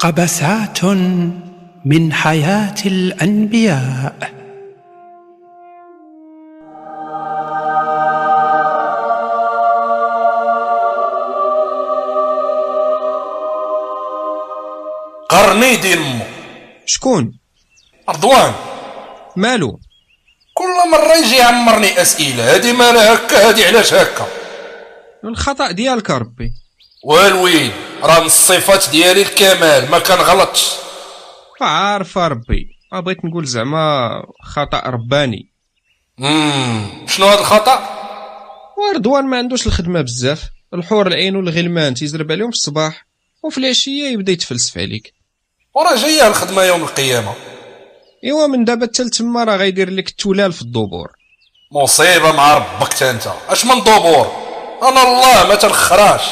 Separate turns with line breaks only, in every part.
قبسات من حياه الانبياء
قرني دير امه
شكون
رضوان
مالو
كل مره يجي يعمرني اسئله هادي مالها هكا هادي علاش هكا
الخطا ديالك ربي
والوين راه من الصفات ديالي الكمال ما كنغلطش
عارف ربي ما بغيت نقول زعما خطا رباني
امم شنو هاد الخطا
وردوان ما عندوش الخدمه بزاف الحور العين والغلمان تيزرب عليهم في الصباح وفي العشيه يبدا يتفلسف عليك
وراه جايه الخدمه يوم القيامه
ايوا من دابا حتى لتما راه غيدير لك التلال في الدبور
مصيبه مع ربك تا انت اش من دبور انا الله ما تنخراش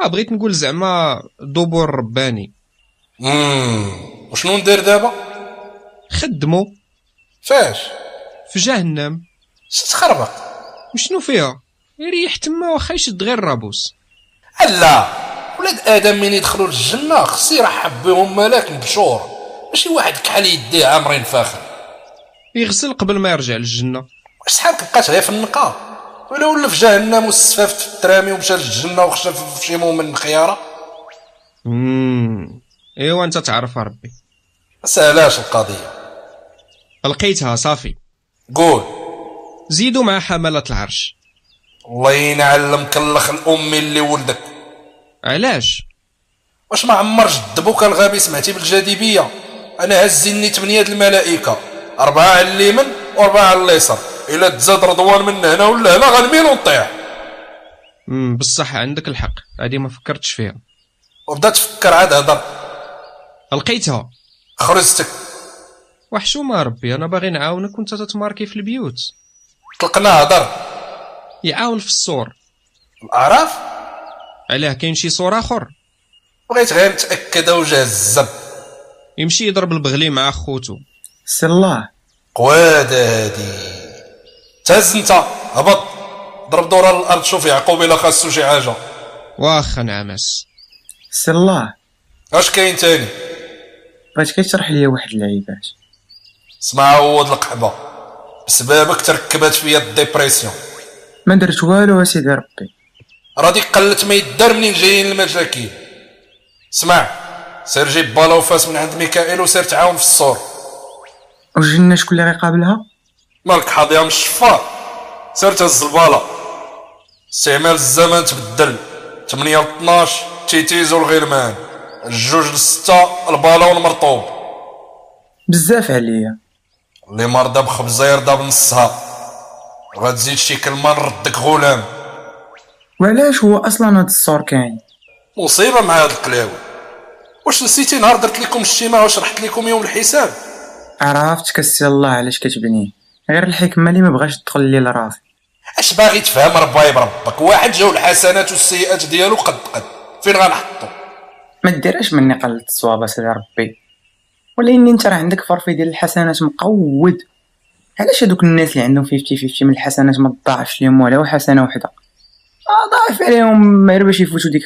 آه، بغيت نقول زعما دبور رباني
امم وشنو ندير دابا
خدمو
فاش
في جهنم
ستخربق
وشنو فيها ريح تما واخا يشد غير الرابوس
لا ولاد ادم من يدخلوا الجنه خص يرحب بهم ملاك مبشور ماشي واحد كحل يديه عامرين فاخر
يغسل قبل ما يرجع للجنه
شحال بقات غير في النقا ولا ولا في جهنم واستفافت في الترامي ومشى للجنه وخشى في شي مؤمن خياره
امم ايوا انت تعرف ربي
سهلاش القضيه
لقيتها صافي
قول
زيدوا مع حملة العرش
الله ينعل مكلخ الامي اللي ولدك
علاش
واش ما عمر جد بوك الغبي سمعتي بالجاذبيه انا هزيني ثمانيه د الملائكه اربعه على اليمين واربعه على اليسار الا تزاد رضوان من هنا ولا هنا غنميل ونطيح
امم بصح عندك الحق هذه ما فكرتش فيها
وبدا تفكر عاد هضر
لقيتها
خرزتك
وحشومة ربي انا باغي نعاونك وانت تتماركي في البيوت
طلقنا هضر
يعاون في الصور
الاعراف
علاه كاين شي صور اخر
بغيت غير نتاكد وجه الزب
يمشي يضرب البغلي مع خوتو
سي الله
قواد هادي تهز انت هبط ضرب دور على الارض شوف يعقوب الا خاصو شي حاجه
واخا نعمس
سي الله
اش كاين تاني
بغيت كيشرح ليا واحد اللعيبات
اسمع عوض القحبه بسببك تركبت فيا الديبرسيون
ما درت والو اسيدي ربي
راضي قلت ما يدار منين جايين المشاكل اسمع سير جيب بالا وفاس من عند ميكائيل وسير تعاون في الصور
والجنة شكون اللي غيقابلها
مالك حاضيه من الشفار سير تهز البالا استعمال الزمن تبدل 8 ل 12 تيتيز والغلمان الجوج لستة البالا والمرطوب
بزاف عليا
اللي مرضى بخبزة يرضى بنصها غتزيد شي كلمة نردك غلام
وعلاش هو اصلا هاد الصور كاين
مصيبة مع هاد القلاوي واش نسيتي نهار درت لكم اجتماع وشرحت لكم يوم الحساب
عرفت كسي الله علاش كتبنيه غير الحكمة اللي ما بغاش تدخل لي لراسي
اش باغي تفهم رباي بربك واحد جاو الحسنات والسيئات ديالو قد قد فين غنحطو
ما ديرهاش مني قلت الصواب سيدي ربي ولكن انت راه عندك فرفي ديال الحسنات مقود علاش هادوك الناس اللي عندهم 50 50 من الحسنات ما تضاعفش ليهم ولا حسنه وحده آه، ضاعف عليهم غير باش يفوتوا ديك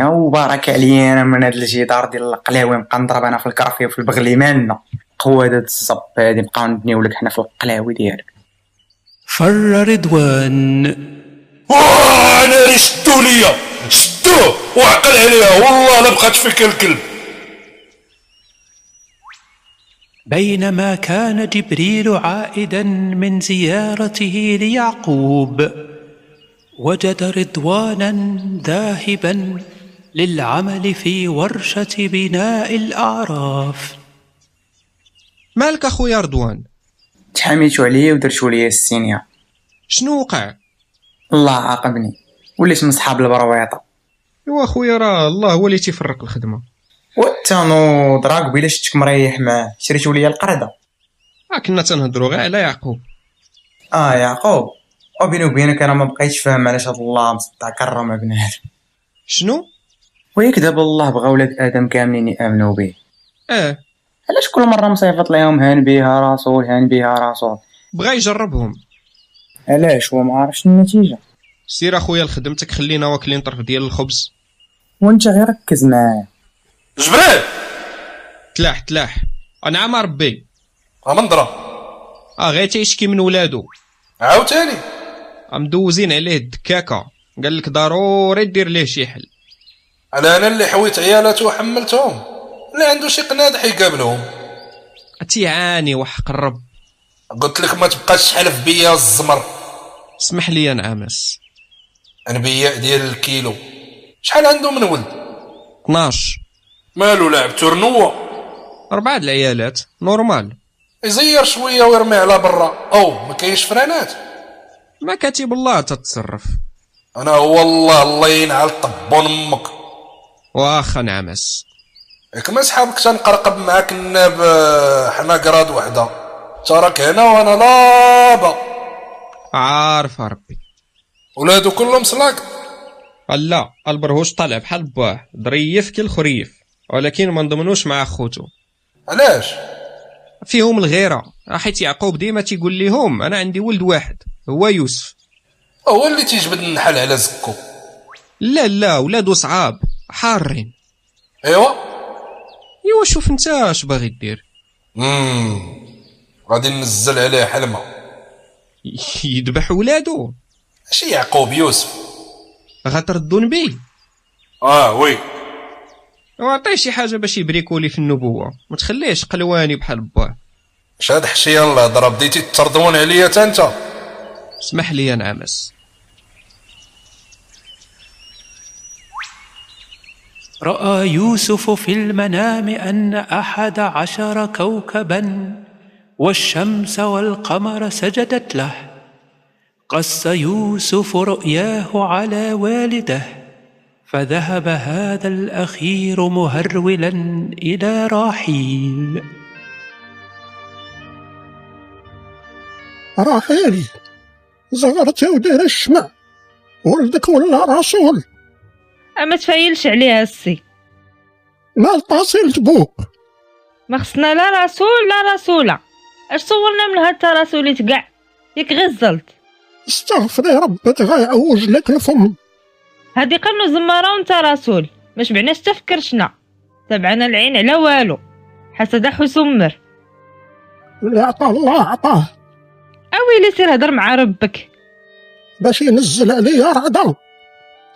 50% وبارك عليا انا من هاد الجدار ديال القلاوي نبقى نضرب انا في الكرفيه وفي البغلي مالنا قوة هاد الصب هادي نبقاو نبنيو لك حنا في القلاوي ديالك
فر رضوان
واه انا اللي شدو ليا شدوه وعقل عليها والله لا بقات فيك الكلب
بينما كان جبريل عائدا من زيارته ليعقوب وجد رضوانا ذاهبا للعمل في ورشه بناء الاعراف
مالك اخويا رضوان
تحاميتو عليا ودرتو ليا السينيا
شنو وقع
الله عاقبني وليت من صحاب البرويطه
ايوا اخويا راه الله هو اللي تيفرق الخدمه
واتانو دراك بلا شتك مريح معاه شريتو ليا القرده
آه كنا تنهضروا غير على يعقوب
اه يعقوب وبيني وبينك انا ما بقيتش فاهم علاش هاد الله مصدع كرم ابن ادم
شنو
وياك دابا الله بغا ولاد ادم كاملين يامنوا به
اه
علاش كل مره مصيفط ليهم هان بها رسول هان بها رسول
بغا يجربهم
علاش هو ما عرفش النتيجه
سير اخويا لخدمتك خلينا واكلين طرف ديال الخبز
وانت غير ركز معايا
جبريه
تلاح تلاح انعم ربي
امندرا
اه غير تيشكي من ولادو
عاوتاني
مدوزين عليه الدكاكه قال لك ضروري دير ليه شي حل
انا انا اللي حويت عيالاته وحملتهم اللي عنده شي قنادح يقابلهم
تيعاني وحق الرب
قلت لك ما تبقاش تحلف بيا الزمر
اسمح لي يا نعامس
انبياء ديال الكيلو شحال عنده من ولد
12
مالو لاعب تورنوا
أربعة د العيالات نورمال
يزير شويه ويرمي على برا او ما كاينش فرانات
ما كاتب الله تتصرف
انا والله الله ينعل طبون امك
واخا نعمس
ياك ما صحابك تنقرقب معاك الناب آه، حنا قراد وحده تراك هنا وانا لابا
عارف ربي
ولادو كلهم سلاك
لا البرهوش طلع بحال باه ظريف كل خريف ولكن ما نضمنوش مع خوتو
علاش
فيهم الغيره حيت يعقوب ديما تيقول لهم انا عندي ولد واحد هو يوسف
هو اللي تيجبد النحل على زكو
لا لا ولادو صعاب حارين
ايوا
ايوا شوف انت اش باغي دير
امم غادي ننزل عليه حلمه
يذبح ولادو
شي يعقوب يوسف
غتردون بيه
اه وي
وعطيه شي حاجه باش يبريكولي في النبوه ما تخليهش قلواني بحال باه
اش هاد حشيه الهضره بديتي تردون عليا تا انت
اسمح لي يا نعمس
راى يوسف في المنام ان احد عشر كوكبا والشمس والقمر سجدت له قص يوسف رؤياه على والده فذهب هذا الاخير مهرولا الى راحيل
راحيل زغرتي ودير الشمع ولدك ولا رسول
اما تفايلش عليها السي
لا الطاسيل تبوك
ما خصنا لا رسول لا رسوله اش صورنا من هاد التراسوليت كاع ياك غزلت
استغفري ربك غيعوج لك الفم
هادي قرنو زماره وانت رسول ما شبعناش تفكرشنا تبعنا العين على والو حسد حسمر
اللي عطاه الله عطاه
اويلي سير هضر مع ربك
باش ينزل عليا رعدة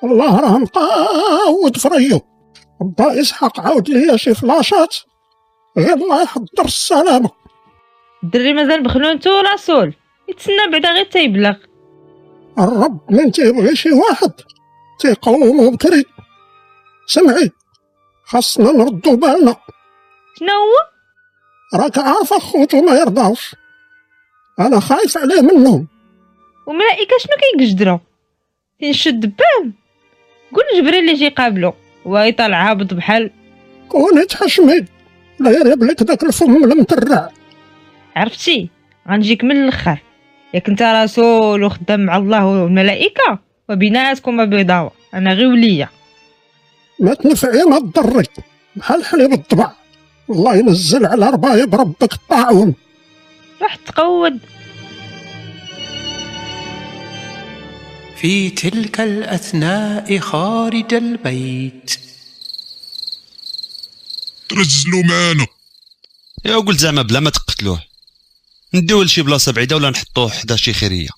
الله راه مقاود فريو با اسحاق عاود ليا شي فلاشات غير الله يحضر السلامة
الدري مازال بخلونتو رسول يتسنى بعدا غير تيبلغ
الرب من تيبغي شي واحد تيقومو بكري سمعي خاصنا نردو بالنا
شنو هو
راك عارفة خوتو ما يرضاوش انا خايف عليه منهم
وملائكه شنو كيقجدروا تنشد دبان قول جبريل اللي جي قابلو ويطلع هابط بحال
كون تحشمي لا يريب لك داك الفم المترع
عرفتي غنجيك من الاخر ياك انت رسول وخدام مع الله والملائكه وبناتكم بيضاوة انا غير وليا
ما تنفعي ما تضري بحال حليب الطبع الله ينزل على ربايب ربك الطاعون
راح تقود
في تلك الاثناء خارج البيت
ترزلو معانا
يا قلت زعما بلا ما تقتلوه نديوه لشي بلاصه بعيده ولا نحطوه حدا شي خيريه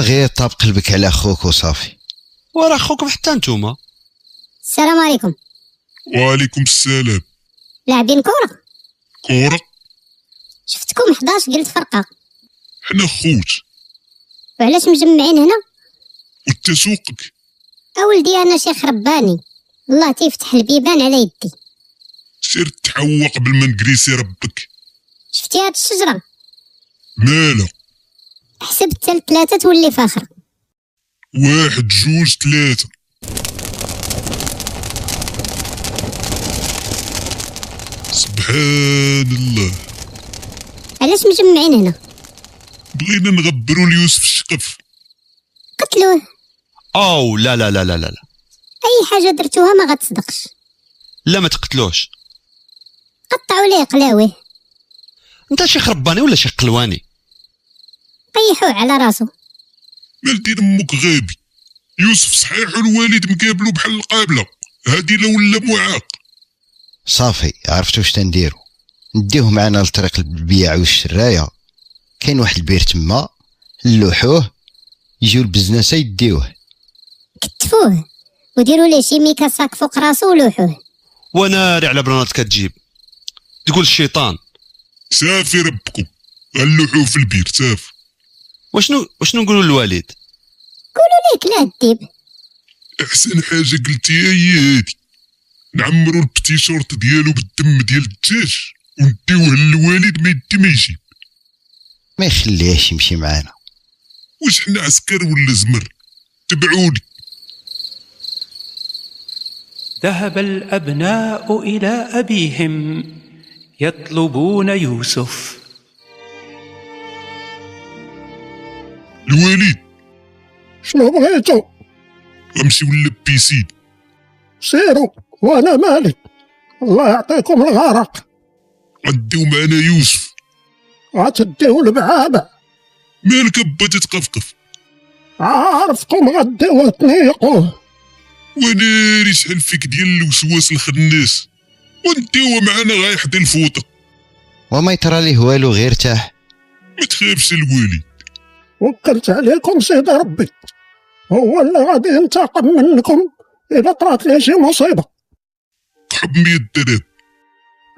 غير طاب قلبك على خوك وصافي
وراه خوكم حتى نتوما
السلام عليكم
وعليكم السلام
لاعبين كورة
كورة
شفتكم 11 قلت فرقة
حنا خوت
وعلاش مجمعين هنا
وانت سوقك
أولدي أنا شيخ رباني الله تيفتح البيبان على يدي
سير تحوق بالمنقريسي ربك
شفتي هاد الشجرة
مالا
حسب تال ثلاثة تولي فاخر
واحد جوج ثلاثة سبحان الله
علاش مجمعين هنا
بغينا نغبروا ليوسف الشقف
قتلوه
او لا لا لا لا لا لا,
أي حاجة درتوها ما غتصدقش
لا ما تقتلوش
قطعوا ليه قلاوه
انت شي خرباني ولا شي قلواني
طيحوه على راسو
مالتي امك غابي يوسف صحيح الوالد مقابلو بحال القابلة هادي لا ولا معاق
صافي عرفت واش تنديرو نديوه معنا لطريق البيع والشرايه كاين واحد البير تما نلوحوه يجيو البزنسه يديوه
كتفوه وديروا ليه شي ميكا ساك فوق راسو ولوحوه
وناري على بلانات كتجيب تقول الشيطان
صافي ربكم غنلوحوه في البير صافي
وشنو وشنو نقولوا للوالد
قولوا ليك لا الديب
احسن حاجه قلتيها هي هادي نعمرو البتيشورت ديالو بالدم ديال الدجاج ونديوه للوالد ما يدي ما يجيب
ما يخليهش يمشي معانا
واش حنا عسكر ولا زمر تبعوني
ذهب الابناء الى ابيهم يطلبون يوسف
الوالد
شنو بغيتو
غنمشيو للبيسين
سيروا وانا مالي الله يعطيكم الغرق
غنديو معنا يوسف
غتديو المعابع
مالك با تتقفقف
عارفكم غديوه تنيقوه
وناري شحال فيك ديال الوسواس الخناس ونديوه معنا غيحضي الفوطه
وما يطرى ليه والو غير تاح
ما تخافش الوالد
وكلت عليكم سيدي ربي هو اللي غادي ينتقم منكم إلا طرات ليه شي مصيبة
تحب 100 درهم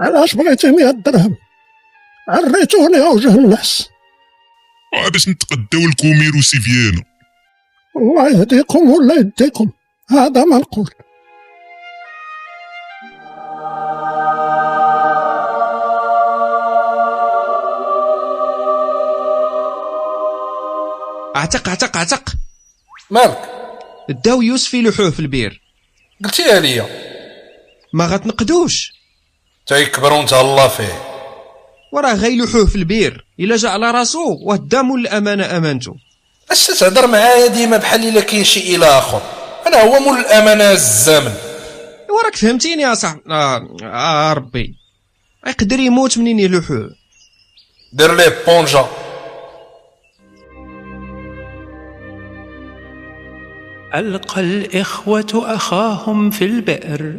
علاش بغيتي مية درهم عريتوني يا وجه النحس
آه باش نتقداو الكوميرو سيفيانا
الله يهديكم ولا يديكم هذا ما نقول
اعتق اعتق اعتق
مالك
داو يوسف يلوحوه في البير
قلتيها ليا
ما غتنقدوش
تيكبر وانت الله فيه
وراه غيلوحوه في البير الا جا على راسو واه الدام الامانه امانته
اش تتهضر معايا ديما بحال الا كاين شي اله اخر انا هو مول الامانه الزمن
وراك فهمتيني يا صاحبي آه, آه ربي يقدر يموت منين يلوحوه
دير ليه بونجا
القى الاخوه اخاهم في البئر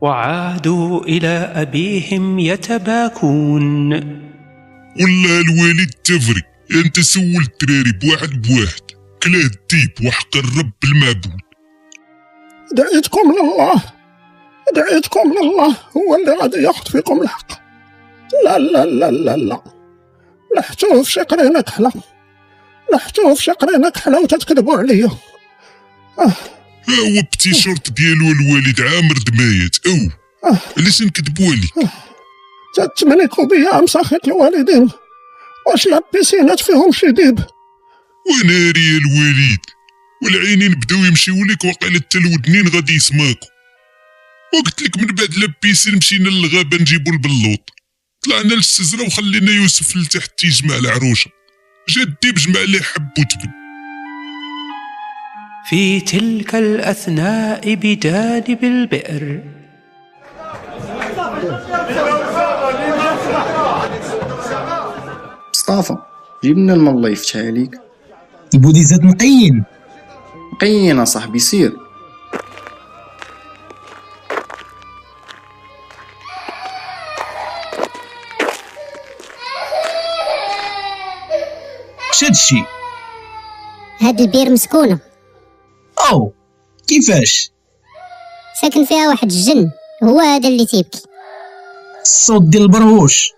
وعادوا الى ابيهم يتباكون
ولا الوالد تفري انت سول الدراري بواحد بواحد كلاه الديب وحق الرب المعبود
دعيتكم لله دعيتكم لله هو اللي غادي ياخد فيكم الحق لا لا لا لا لا لحتوه في شي قرينه كحله لحتوه في شي قرينه كحله وتتكذبوا عليا
ها هو التيشيرت ديالو الوالد عامر دمايات او علاش نكذبوا عليك
تتملكوا بيا مساخة الوالدين واش لابيسينات فيهم شي ديب
وناري يا الوالد والعينين بداو يمشيو لك وقال حتى الودنين غادي يسماكو وقلت لك من بعد لابيسين مشينا للغابه نجيبو البلوط طلعنا للسزره وخلينا يوسف لتحت تيجمع العروشه جا الديب جمع ليه حب وتبن
في تلك الاثناء بجانب البئر
مصطفى جيب لنا الماء الله يفتح عليك
البوديزات نقيين
قينا صاحبي سير
واش هادشي
هاد البير مسكونة
او كيفاش
ساكن فيها واحد الجن هو هذا اللي تيبكي
الصوت ديال البرهوش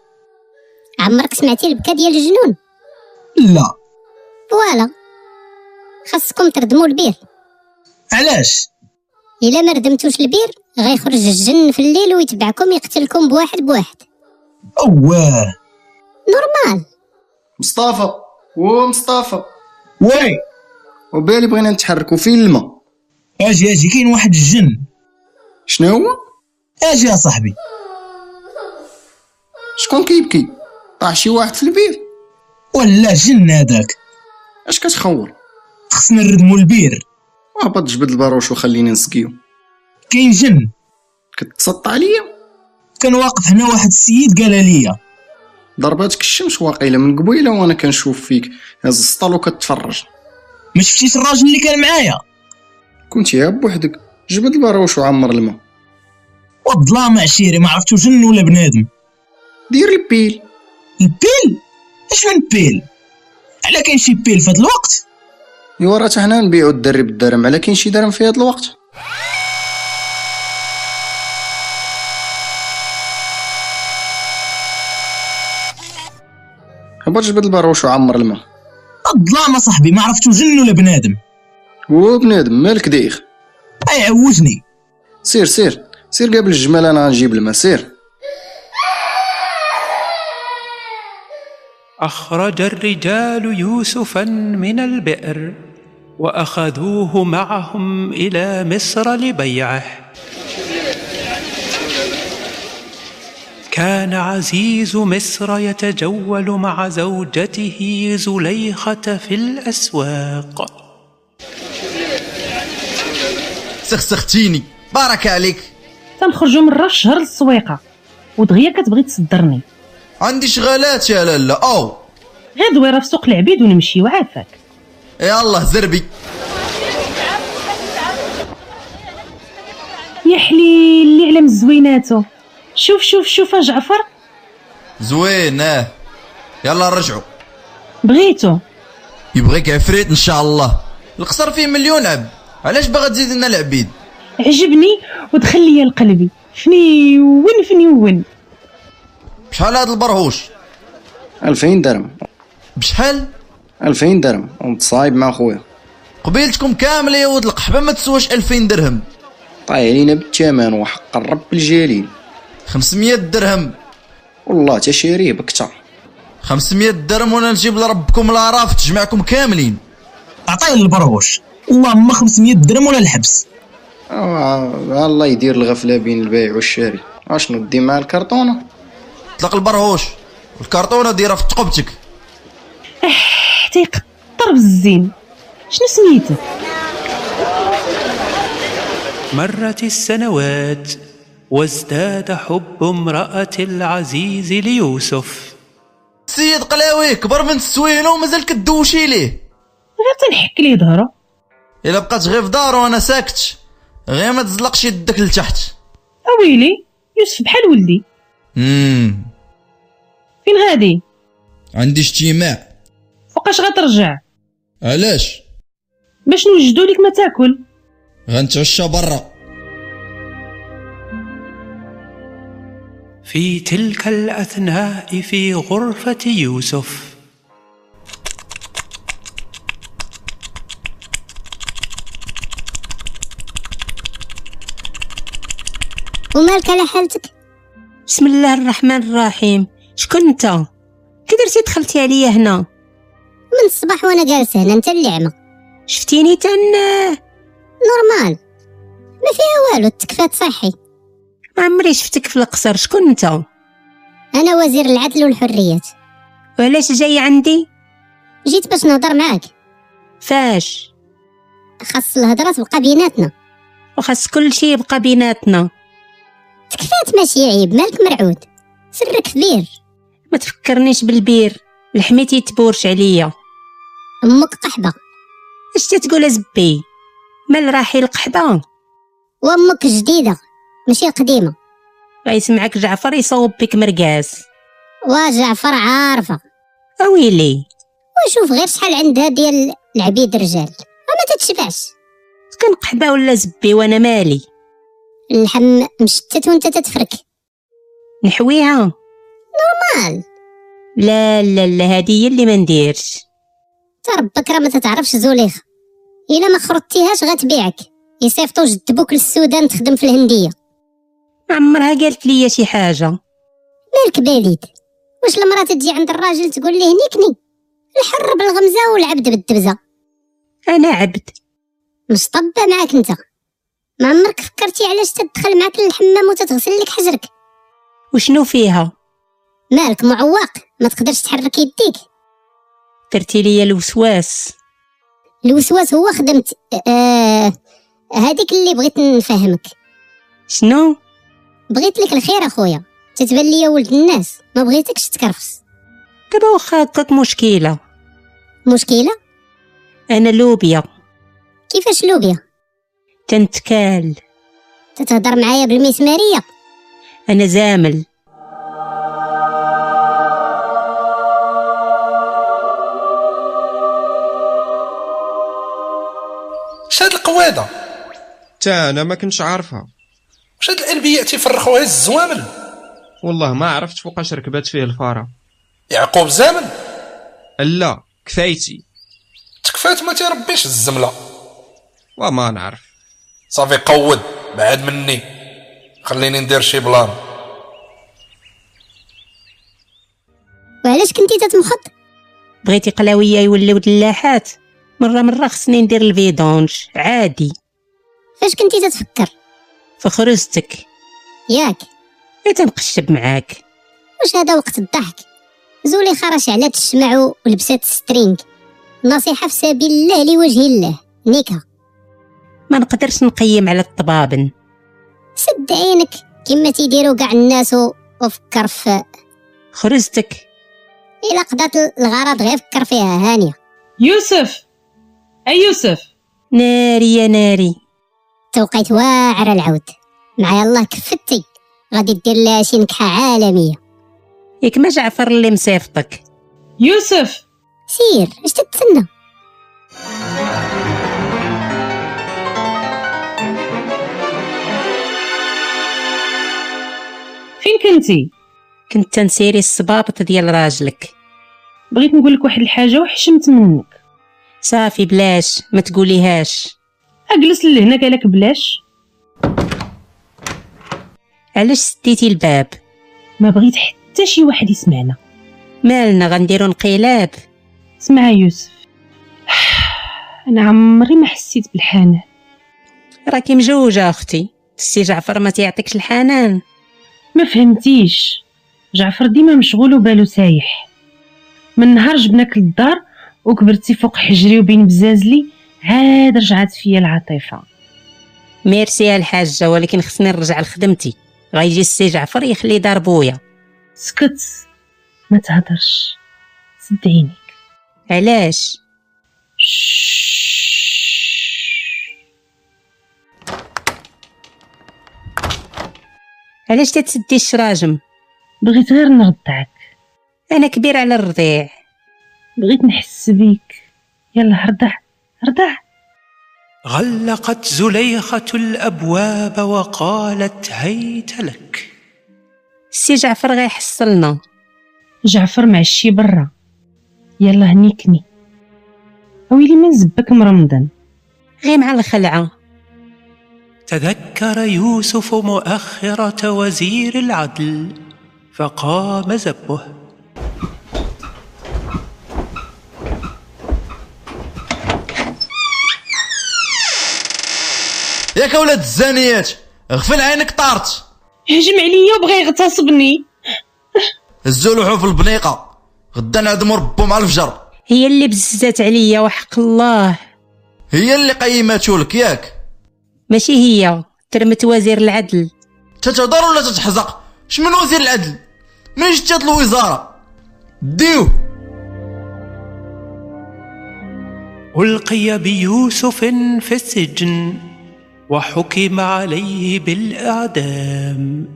عمرك سمعتي البكا ديال الجنون
لا
فوالا خاصكم تردموا البير
علاش
الا ما ردمتوش البير غيخرج الجن في الليل ويتبعكم يقتلكم بواحد بواحد
اواه
نورمال
مصطفى و مصطفى
واي
وبالي بغينا نتحركوا فين الماء
اجي اجي كاين واحد الجن
شنو هو
اجي يا صاحبي
شكون كيبكي طاح شي واحد في البير
ولا جن هذاك
اش كتخور
خصنا نردمو البير
وهبط جبد الباروش وخليني نسقيو
كاين جن
كتسطى عليا
كان واقف هنا واحد السيد قال ليا
ضرباتك الشمس واقيلا من قبيله وانا كنشوف فيك هاز السطل وكتفرج
ما شفتيش الراجل اللي كان معايا
كنت يا بوحدك جبد الباروش وعمر الماء
والظلام عشيري ما عرفتو جن ولا بنادم دير البيل البيل اش من بيل على كاين شي بيل في هذا الوقت
ايوا راه حتى حنا نبيعو الدري بالدرهم على كاين شي درهم في هذا الوقت هبط جبد البروش وعمر الماء
الظلام صاحبي ما عرفتو جن ولا بنادم
هو بنادم مالك دايخ
اي عوجني
سير سير سير قبل الجمال انا غنجيب الماء سير
أخرج الرجال يوسفا من البئر وأخذوه معهم إلى مصر لبيعه كان عزيز مصر يتجول مع زوجته زليخة في الأسواق
سخسختيني بارك عليك
تنخرجوا مرة في الشهر للسويقة ودغيا كتبغي تصدرني
عندي شغالات يا لالا او
غير دويرة في سوق العبيد ونمشي وعافاك
إيه، يلا زربي
يا حليل اللي علم زويناتو شوف شوف شوف جعفر
زوين اه يلا نرجعوا
بغيتو
يبغيك عفريت ان شاء الله القصر فيه مليون عبد علاش باغا تزيد لنا العبيد
عجبني ودخل ليا لقلبي فنيون فنيون
بشحال هاد البرهوش
2000 درهم
بشحال
2000 درهم ومتصايب مع خويا
قبيلتكم كامله يا ولد القحبه ما تسواش 2000 درهم
طاي علينا بالثمن وحق الرب الجليل
500 درهم
والله تا شاريه بكثر
500 درهم وانا نجيب لربكم العراف تجمعكم كاملين
عطيه البرهوش والله ما 500 درهم ولا الحبس
آه، الله يدير الغفله بين البايع والشاري اشنو دي مع الكرتونه
طلق البرهوش والكرتونه دايره في تقبتك
اح تيقطر بالزين شنو سميتك
مرت السنوات وازداد حب امرأة العزيز ليوسف
السيد قلاوي كبر من السوينه ومازال كدوشي ليه
غير تنحك ليه ظهرو
الا بقات غير في دارو انا ساكت غير ما تزلقش يدك لتحت
اويلي أه يوسف بحال ولدي
امم
فين غادي
عندي اجتماع
فوقاش غترجع
علاش
باش نوجدوا لك ما تاكل
غنتعشى برا
في تلك الأثناء في غرفة يوسف
ومالك على حالتك
بسم الله الرحمن الرحيم شكون انت كدرتي دخلتي عليا هنا
من الصباح وانا جالسه هنا انت اللي عمى
شفتيني تن
نورمال ما فيها والو التكفات صحي
ما عمري شفتك في القصر شكون انت
انا وزير العدل والحريات
وعلاش جاي عندي
جيت باش نهضر معاك
فاش
خاص الهضره تبقى بيناتنا
وخاص كل شيء يبقى بيناتنا
تكفات ماشي عيب مالك مرعود سرك كبير
ما تفكرنيش بالبير الحميت يتبورش عليا
امك قحبه
اش تتقول زبي مال راحي القحبه
وامك جديده ماشي قديمه
غيسمعك جعفر يصوب بك مرقاس
وجعفر عارفه
اويلي
وشوف غير شحال عندها ديال العبيد رجال وما تتشبعش
كان قحبه ولا زبي وانا مالي
اللحم مشتت وانت تتفرك
نحويها
نورمال
لا لا لا هادي هي اللي ما نديرش
تا ربك راه ما تتعرفش زليخه الا ما خرطتيهاش غتبيعك يصيفطو جد بوك للسودان تخدم في الهنديه
ما عمرها قالت لي شي حاجه
مالك باليد واش المراه تجي عند الراجل تقول ليه نيكني الحر بالغمزه والعبد بالدبزه
انا عبد
مشطبه معاك انت ما عمرك فكرتي علاش تدخل معاك للحمام وتتغسل لك حجرك
وشنو فيها
مالك معوق ما تقدرش تحرك يديك
درتي ليا الوسواس
الوسواس هو خدمت آه هذيك اللي بغيت نفهمك
شنو
بغيت لك الخير اخويا تتبان ليا ولد الناس ما بغيتكش تكرفس
دابا واخا هكاك مشكله
مشكله
انا لوبيا
كيفاش لوبيا
تنتكال
تتهضر معايا بالمسماريه
انا زامل
واش هاد القواده
تا انا ما كنتش عارفها
واش هاد الانبياء تيفرخوها الزوامل
والله ما عرفت فوقاش ركبت فيه الفاره
يعقوب زامل
لا كفايتي
تكفات ما تيربيش الزمله
وما نعرف
صافي قود بعد مني خليني ندير شي بلان
وعلاش كنتي تتمخط
بغيتي قلاويه يوليو دلاحات مره مره خصني ندير الفيدونج عادي
فاش كنتي تتفكر
في خرزتك
ياك
يا تنقشب معاك
واش هذا وقت الضحك زولي خرج على تشمع ولبسات سترينغ نصيحه في سبيل الله لوجه الله نيكا
ما نقدرش نقيم على الطبابن
سد عينك كما تيديروا كاع الناس و- وفكر في
خرزتك
الا قضات الغرض غير فكر فيها هانيه
يوسف اي يوسف
ناري يا ناري
توقيت واعر العود معايا الله كفتي غادي دير لها شي نكحه عالميه
ياك ما جعفر اللي مصيفطك
يوسف
سير اش تتسنى
فين كنتي
كنت تنسيري الصبابط ديال راجلك
بغيت نقول لك واحد الحاجه وحشمت منك
صافي بلاش ما تقوليهاش
اجلس لهنا قالك بلاش
علاش سديتي الباب
ما بغيت حتى شي واحد يسمعنا
مالنا غنديرو انقلاب
اسمع يا يوسف انا عمري ما حسيت بالحنان
راكي مجوجه اختي السي جعفر ما تيعطيكش الحنان
ما فهمتيش جعفر ديما مشغول وبالو سايح من نهار جبناك للدار وكبرتي فوق حجري وبين بزازلي عاد رجعت فيا العاطفه
ميرسي يا الحاجه ولكن خصني نرجع لخدمتي غيجي السي جعفر يخلي دار بويا
سكت ما تهضرش سد عينيك
علاش علاش تتسدي الشراجم
بغيت غير نرضعك
انا كبير على الرضيع
بغيت نحس بيك يلا رضع رضع
غلقت زليخة الأبواب وقالت هيت لك
السي جعفر غيحصلنا
جعفر مع الشي برا يلا هنيكني ويلي ما نزبك مرمضن
غير مع الخلعه
تذكر يوسف مؤخرة وزير العدل فقام زبه
ياك ولاد الزانيات غفل عينك طارت
هجم عليا وبغى يغتصبني
هزو لوحو في البنيقه غدا نعدمو ربو مع الفجر
هي اللي بززات عليا وحق الله
هي اللي قيماتو لك ياك
ماشي هي ترمت وزير العدل
تتهضر ولا تتحزق شمن وزير العدل منين جات الوزاره ديوه
ألقي بيوسف في السجن وحكم عليه بالإعدام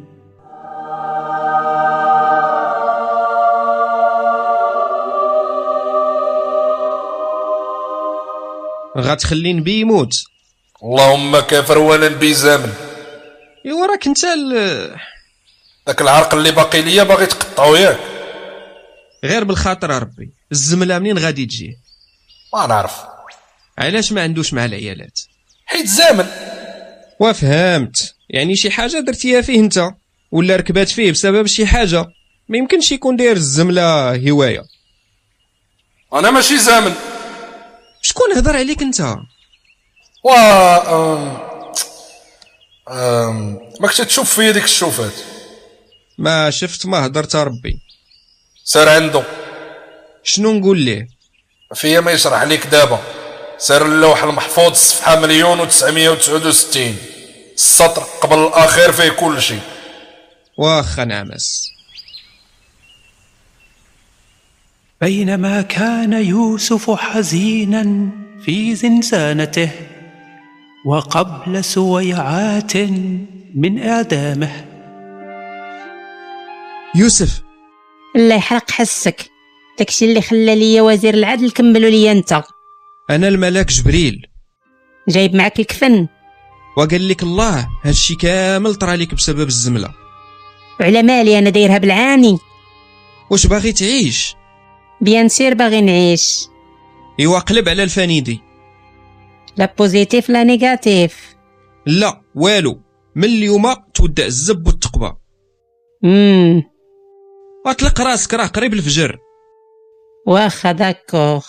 غتخلي نبي يموت
اللهم كافر وانا نبي زامل
ايوا راك انت ال-
داك العرق اللي باقي ليا باغي تقطعو ياك
غير بالخاطر يا ربي الزمله منين غادي تجي
ما نعرف
علاش ما عندوش مع العيالات
حيت زامل
وفهمت يعني شي حاجه درتيها فيه انت ولا ركبات فيه بسبب شي حاجه ما يمكنش يكون داير الزمله هوايه
انا ماشي زامل
شكون هضر عليك انت
و أم... أم... ما كنت تشوف فيا ديك الشوفات
ما شفت ما هضرت يا ربي
سار عنده
شنو نقول ليه
فيا ما يشرح ليك دابا سير اللوح المحفوظ صفحة مليون وتسعمية وتسعود وستين السطر قبل الأخير فيه كل شيء
واخا نعم. نعمس
بينما كان يوسف حزينا في زنزانته وقبل سويعات من إعدامه
يوسف
الله يحرق حسك داكشي اللي خلى ليا وزير العدل كملوا ليا انت
انا الملاك جبريل
جايب معاك الكفن
وقال لك الله هادشي كامل طرا لك بسبب الزمله
وعلى مالي انا دايرها بالعاني
واش باغي تعيش
بيان سير باغي نعيش
ايوا قلب على الفنيدي
لا بوزيتيف لا نيجاتيف
لا والو من اليوم تودع الزب والتقبه
امم
اطلق راسك راه قريب الفجر
واخا داكوغ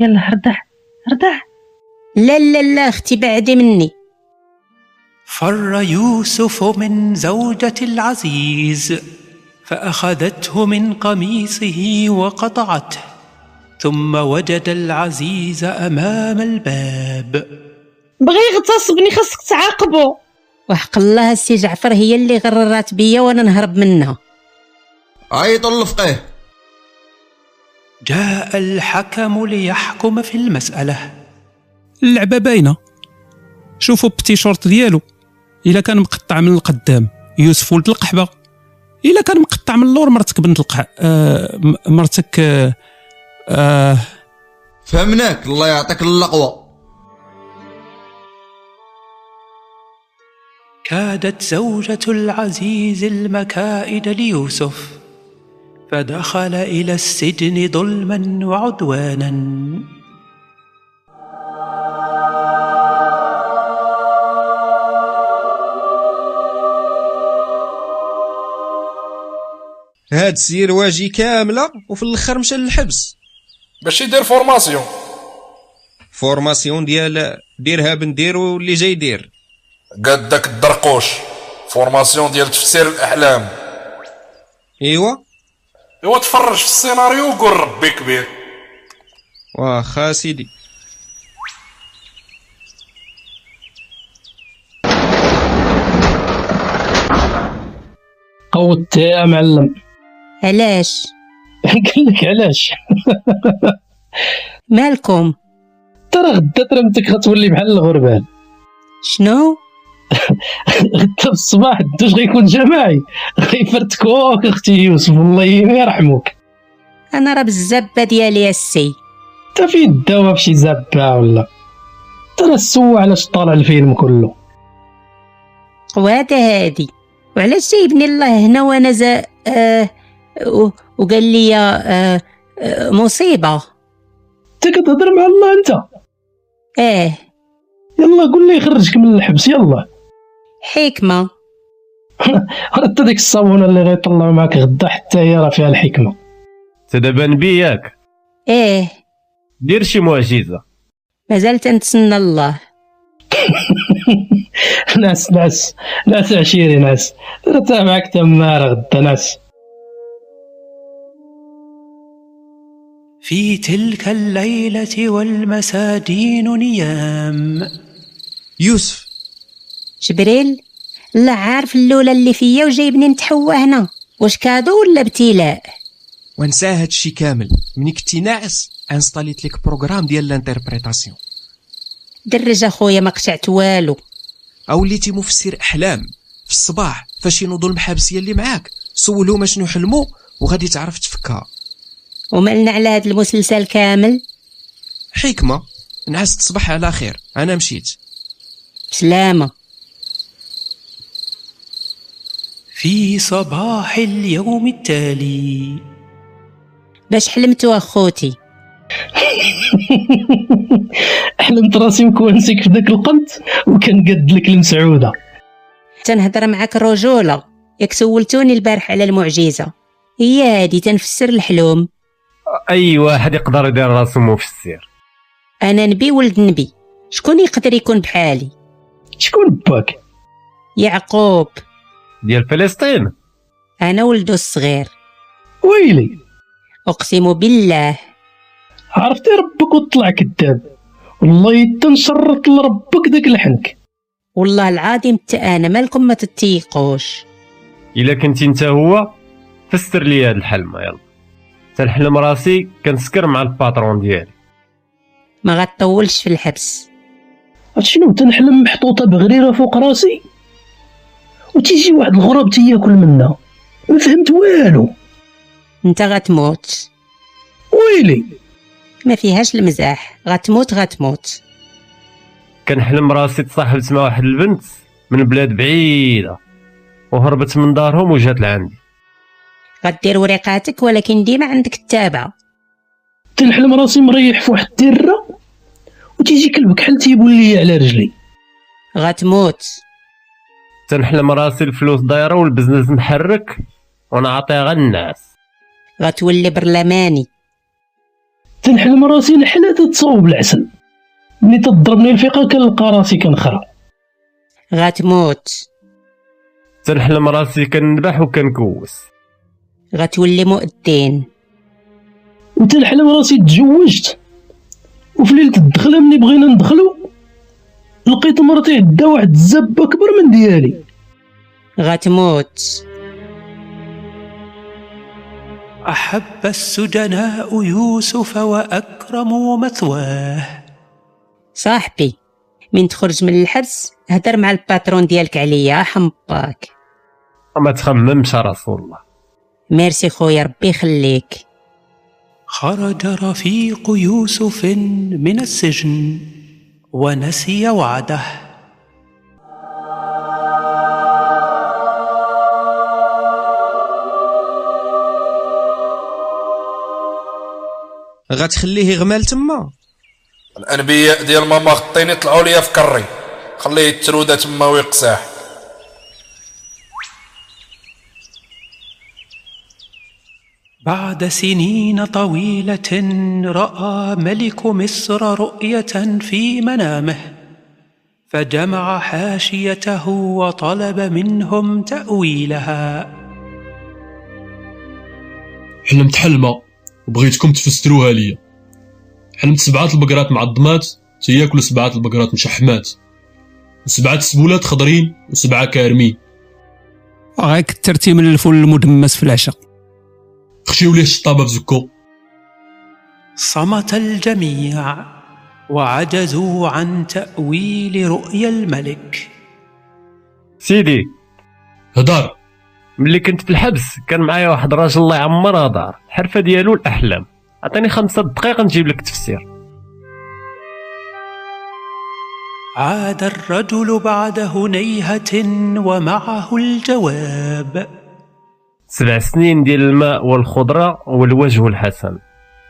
يلا رضع رضع
لا لا لا اختي بعدي مني
فر يوسف من زوجة العزيز فأخذته من قميصه وقطعته ثم وجد العزيز أمام الباب
بغى يغتصبني خاصك تعاقبه وحق الله السي جعفر هي اللي غررات بيا وانا نهرب منها
عيطوا للفقيه
جاء الحكم ليحكم في المسألة اللعبة باينة
شوفوا التيشورت ديالو الا كان مقطع من القدام يوسف ولد القحبه الا كان مقطع من اللور مرتك بنت القح آه م- مرتك آه آه
فهمناك الله يعطيك اللقوه
كادت زوجة العزيز المكائد ليوسف فدخل إلى السجن ظلما وعدوانا
هاد السير واجي كامله وفي الاخر مشى للحبس
باش يدير فورماسيون
فورماسيون ديال ديرها بنديرو اللي جاي يدير
قاد داك الدرقوش فورماسيون ديال تفسير الاحلام
ايوا
ايوا تفرج في السيناريو وقول ربي كبير
واخا سيدي
قوت يا معلم
علاش
قال لك علاش
مالكم
ترى غدا ترمتك غتولي بحال الغربان
شنو
غدا في الصباح الدوش غيكون جماعي غيفرتكوك اختي يوسف الله يرحمك
انا راه بالزبه ديالي السي
تا فين الدواء بشي زبه ولا ترى السوا علاش طالع الفيلم كله
قواده هادي وعلاش جايبني الله هنا وانا زا آه و- وقال لي آه آه مصيبه
انت كتهضر مع الله انت
ايه
يلا قول لي يخرجك من الحبس يلا
حكمه
راه انت ديك الصابونه اللي غيطلعوا معاك غدا حتى هي راه فيها الحكمه
دابا نبي ياك
ايه
دير شي معجزه
مازال تنتسنى الله
ناس ناس ناس عشيري ناس راه معاك تماره غدا ناس
في تلك الليلة والمساجين نيام
يوسف
جبريل لا عارف اللوله اللي فيا وجايبني نتحوى هنا واش كادو ولا ابتلاء
ونسى هادشي كامل ملي كنتي ناعس انستاليت لك بروغرام ديال الانتربريتاسيون
درج اخويا ما قشعت والو
او وليتي مفسر احلام في الصباح فاش ينوضوا المحابسيه اللي معاك سولهم اشنو حلموا وغادي تعرف تفكها
ومالنا على هاد المسلسل كامل
حكمه نعست الصباح على خير انا مشيت
بسلامه
في صباح اليوم التالي
باش حلمتوا اخوتي
حلمت راسي مكونسيك في ذاك القنت وكان قد لك المسعوده
تنهضر معاك رجوله ياك سولتوني البارح على المعجزه هي هادي تنفسر الحلم
اي واحد يقدر يدير راسو مفسر
انا نبي ولد نبي شكون يقدر يكون بحالي
شكون باك
يعقوب
ديال فلسطين
انا ولدو الصغير
ويلي
اقسم بالله
عرفتي ربك وطلع كذاب والله تنشرط لربك ذاك الحنك
والله العظيم حتى انا مالكم ما تتيقوش
الا كنتي انت هو فسر لي هاد الحلمه يلا تنحلم راسي كنسكر مع الباترون ديالي
ما غتطولش في الحبس
عرفتي شنو تنحلم محطوطه بغريره فوق راسي وتيجي واحد الغراب تياكل منها ما فهمت والو
انت غتموت
ويلي
ما فيهاش المزاح غتموت غتموت
كنحلم راسي تصاحبت مع واحد البنت من بلاد بعيده وهربت من دارهم وجات لعندي
غدير وريقاتك ولكن ديما عندك التابع
تنحلم راسي مريح في واحد الدره وتيجي كلب كحل تيبول ليا على رجلي
غتموت
تنحلم راسي الفلوس دايره والبزنس محرك ونعطيها غير الناس
غتولي برلماني
تنحلم راسي نحله تتصاوب العسل ملي تضربني الفيقه كنلقى راسي كنخرع
غتموت
تنحلم راسي كنذبح وكنكوس
غتولي مؤذن
وتنحلم راسي تزوجت وفي ليله الدخله ملي بغينا ندخلو لقيت مرتي عندها واحد الزبه اكبر من ديالي
غتموت
أحب السجناء يوسف وأكرموا مثواه
صاحبي من تخرج من الحبس هدر مع الباترون ديالك عليا حمباك
ما تخممش يا رسول الله
ميرسي خويا ربي يخليك
خرج رفيق يوسف من السجن ونسي وعده
غتخليه غمال تما
الانبياء ديال ماما خطيني طلعوا ليا في كري خليه يترودى تما ويقساح
بعد سنين طويلة رأى ملك مصر رؤية في منامه فجمع حاشيته وطلب منهم تأويلها
حلمت حلمة وبغيتكم تفسروها ليا حلمت سبعة البقرات معضمات تياكلوا سبعة البقرات مشحمات وسبعة سبولات خضرين وسبعة كارمين
غير كثرتي من الفول المدمس في العشاء
خشيو ليه الشطابة في زكو
صمت الجميع وعجزوا عن تأويل رؤيا الملك
سيدي
هدار
ملي كنت في الحبس كان معايا واحد راجل الله يعمرها دار الحرفه ديالو الاحلام عطيني خمسة دقائق نجيب لك تفسير
عاد الرجل بعد هنيهة ومعه الجواب
سبع سنين ديال الماء والخضرة والوجه الحسن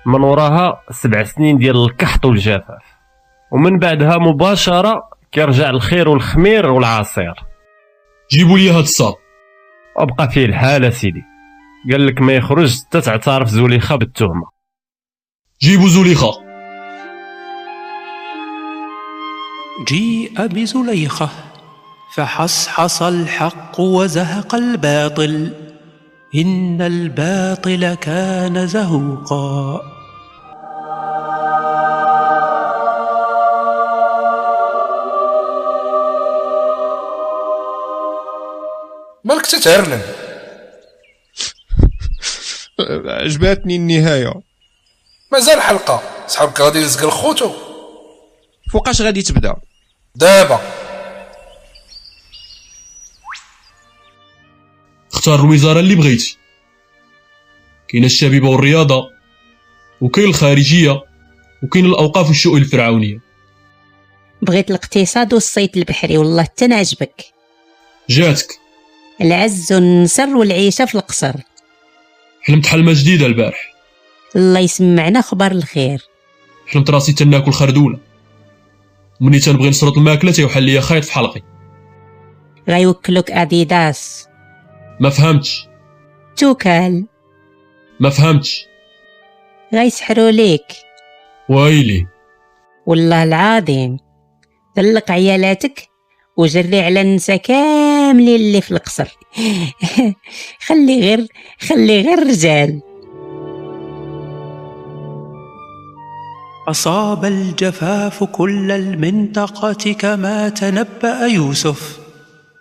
من وراها سبع سنين ديال الكحط والجفاف ومن بعدها مباشرة كيرجع الخير والخمير والعصير
جيبوا لي هاد الصاب
وبقى فيه الحال سيدي قال لك ما يخرج حتى تعترف زليخة بالتهمة
جيبوا زليخة
جيء بزليخة فحصحص الحق وزهق الباطل إن الباطل كان زهوقا
مالك تتعرنم
عجباتني النهايه
مازال حلقه صحابك غادي يلزق الخوتو
فوقاش غادي تبدا
دابا
اختار الوزارة اللي بغيتي كاين الشبيبة والرياضة وكاين الخارجية وكاين الأوقاف والشؤون الفرعونية
بغيت الاقتصاد والصيد البحري والله حتى نعجبك
جاتك
العز والنسر والعيشة في القصر
حلمت حلمة جديدة البارح
الله يسمعنا خبر الخير
حلمت راسي تناكل خردولة ومني تنبغي نسرط الماكلة تيوحل ليا خيط في حلقي
غيوكلوك اديداس
ما فهمتش
توكل
ما فهمتش
غيسحروا ليك
ويلي
والله العظيم طلق عيالاتك وجري على النساء كاملين اللي في القصر خلي غير خلي غير رجال
أصاب الجفاف كل المنطقة كما تنبأ يوسف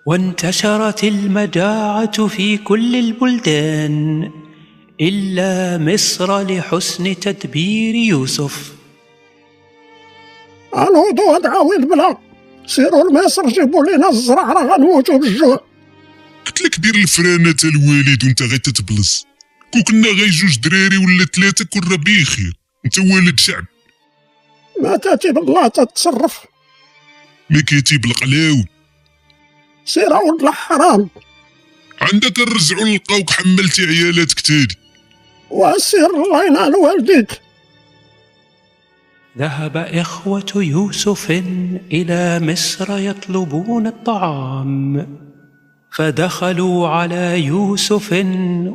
وانتشرت المجاعة في كل البلدان إلا مصر لحسن تدبير يوسف
الهدوء دعاوي البلا سيروا لمصر جيبوا لينا الزرع راه غنموتوا بالجوع
قلت لك دير الفرانه تاع الوالد وانت غير تتبلص كون كنا غير جوج دراري ولا ثلاثه كون راه بيه خير انت والد شعب
ما تاتي بالله تتصرف
ما كيتيب القلاوي
سير ولد الحرام
عندك نرجعوا نلقاوك حملتي عيالاتك تاني
وسير الله ينال والديك
ذهب إخوة يوسف إلى مصر يطلبون الطعام فدخلوا على يوسف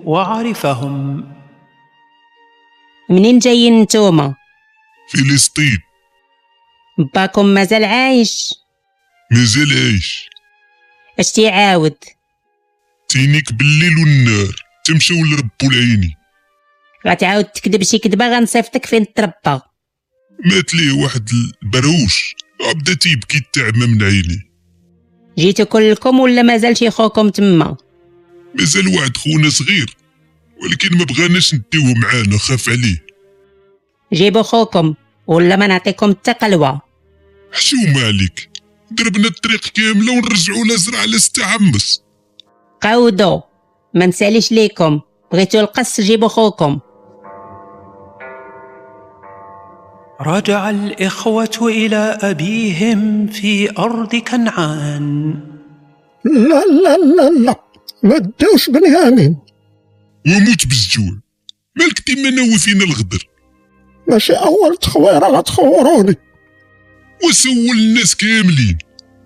وعرفهم
منين جايين نتوما
فلسطين
باكم مازال عايش
مازال عايش
اش تيعاود
تينيك بالليل والنهار تمشاو لربو العيني
غتعاود تكذب شي كذبه غنصيفطك فين تربى
مات ليه واحد البروش بدا تيبكي التعمى من عيني
جيتو كلكم ولا مازال شي خوكم تما
مازال واحد خونا صغير ولكن ما بغاناش نديوه معانا خاف عليه
جيبوا خوكم ولا ما نعطيكم حتى قلوه
حشومة عليك ضربنا الطريق كامله ونرجعوا لازرع على استعمس
قاودو ما نساليش ليكم بغيتو القص جيبوا خوكم
رجع الإخوة إلى أبيهم في أرض كنعان
لا لا لا لا ما تدوش بنيامين
وموت بالجوع مالك ديما ناوي فينا الغدر
ماشي اول تخويره لا تخوروني
وسول الناس كاملين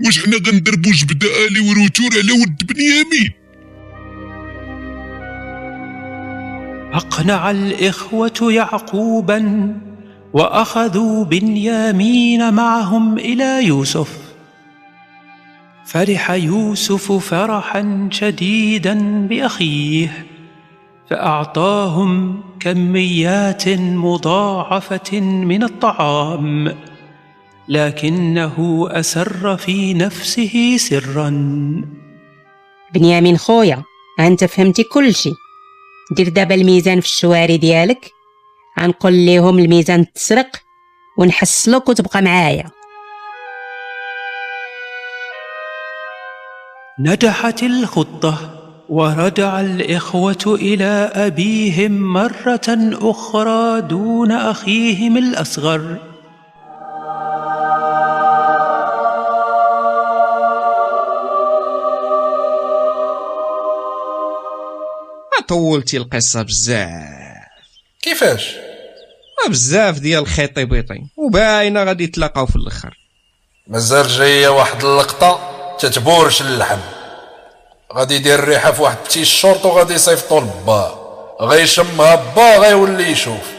واش حنا غندربو جبده الي وروتور على ود بنيامين
أقنع الإخوة يعقوبا وأخذوا بنيامين معهم إلى يوسف فرح يوسف فرحا شديدا بأخيه فأعطاهم كميات مضاعفة من الطعام لكنه أسر في نفسه سرا
بنيامين خويا انت فهمتي كلشي دير دابا الميزان في الشواري ديالك غنقول ليهم الميزان تسرق ونحصلك وتبقى معايا
نجحت الخطة ورجع الإخوة إلى أبيهم مرة أخرى دون أخيهم الأصغر
طولتي القصه بزاف
كيفاش
بزاف ديال الخيطي بيطي وباينه غادي يتلاقاو في الاخر
مازال جايه واحد اللقطه تتبورش اللحم غادي يدير ريحه في واحد بتي الشورت وغادي يصيفطو لبا غيشمها با غيولي يشوف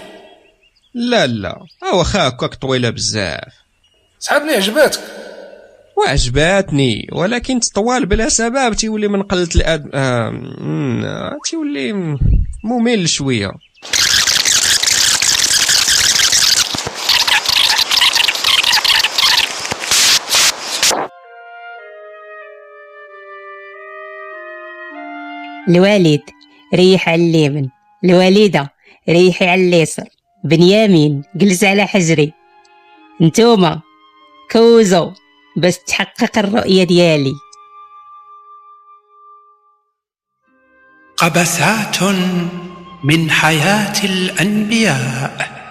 لا لا واخا هكاك طويله بزاف
سحابني عجباتك
وعجباتني ولكن تطوال بلا سبب تيولي من قله الادب آه... مم، آه، تيولي ممل شويه
الوالد ريح على اليمن الوالدة ريحي على اليسر بنيامين جلس على حجري نتوما كوزو باش تحقق الرؤية ديالي
قبسات من حياة الأنبياء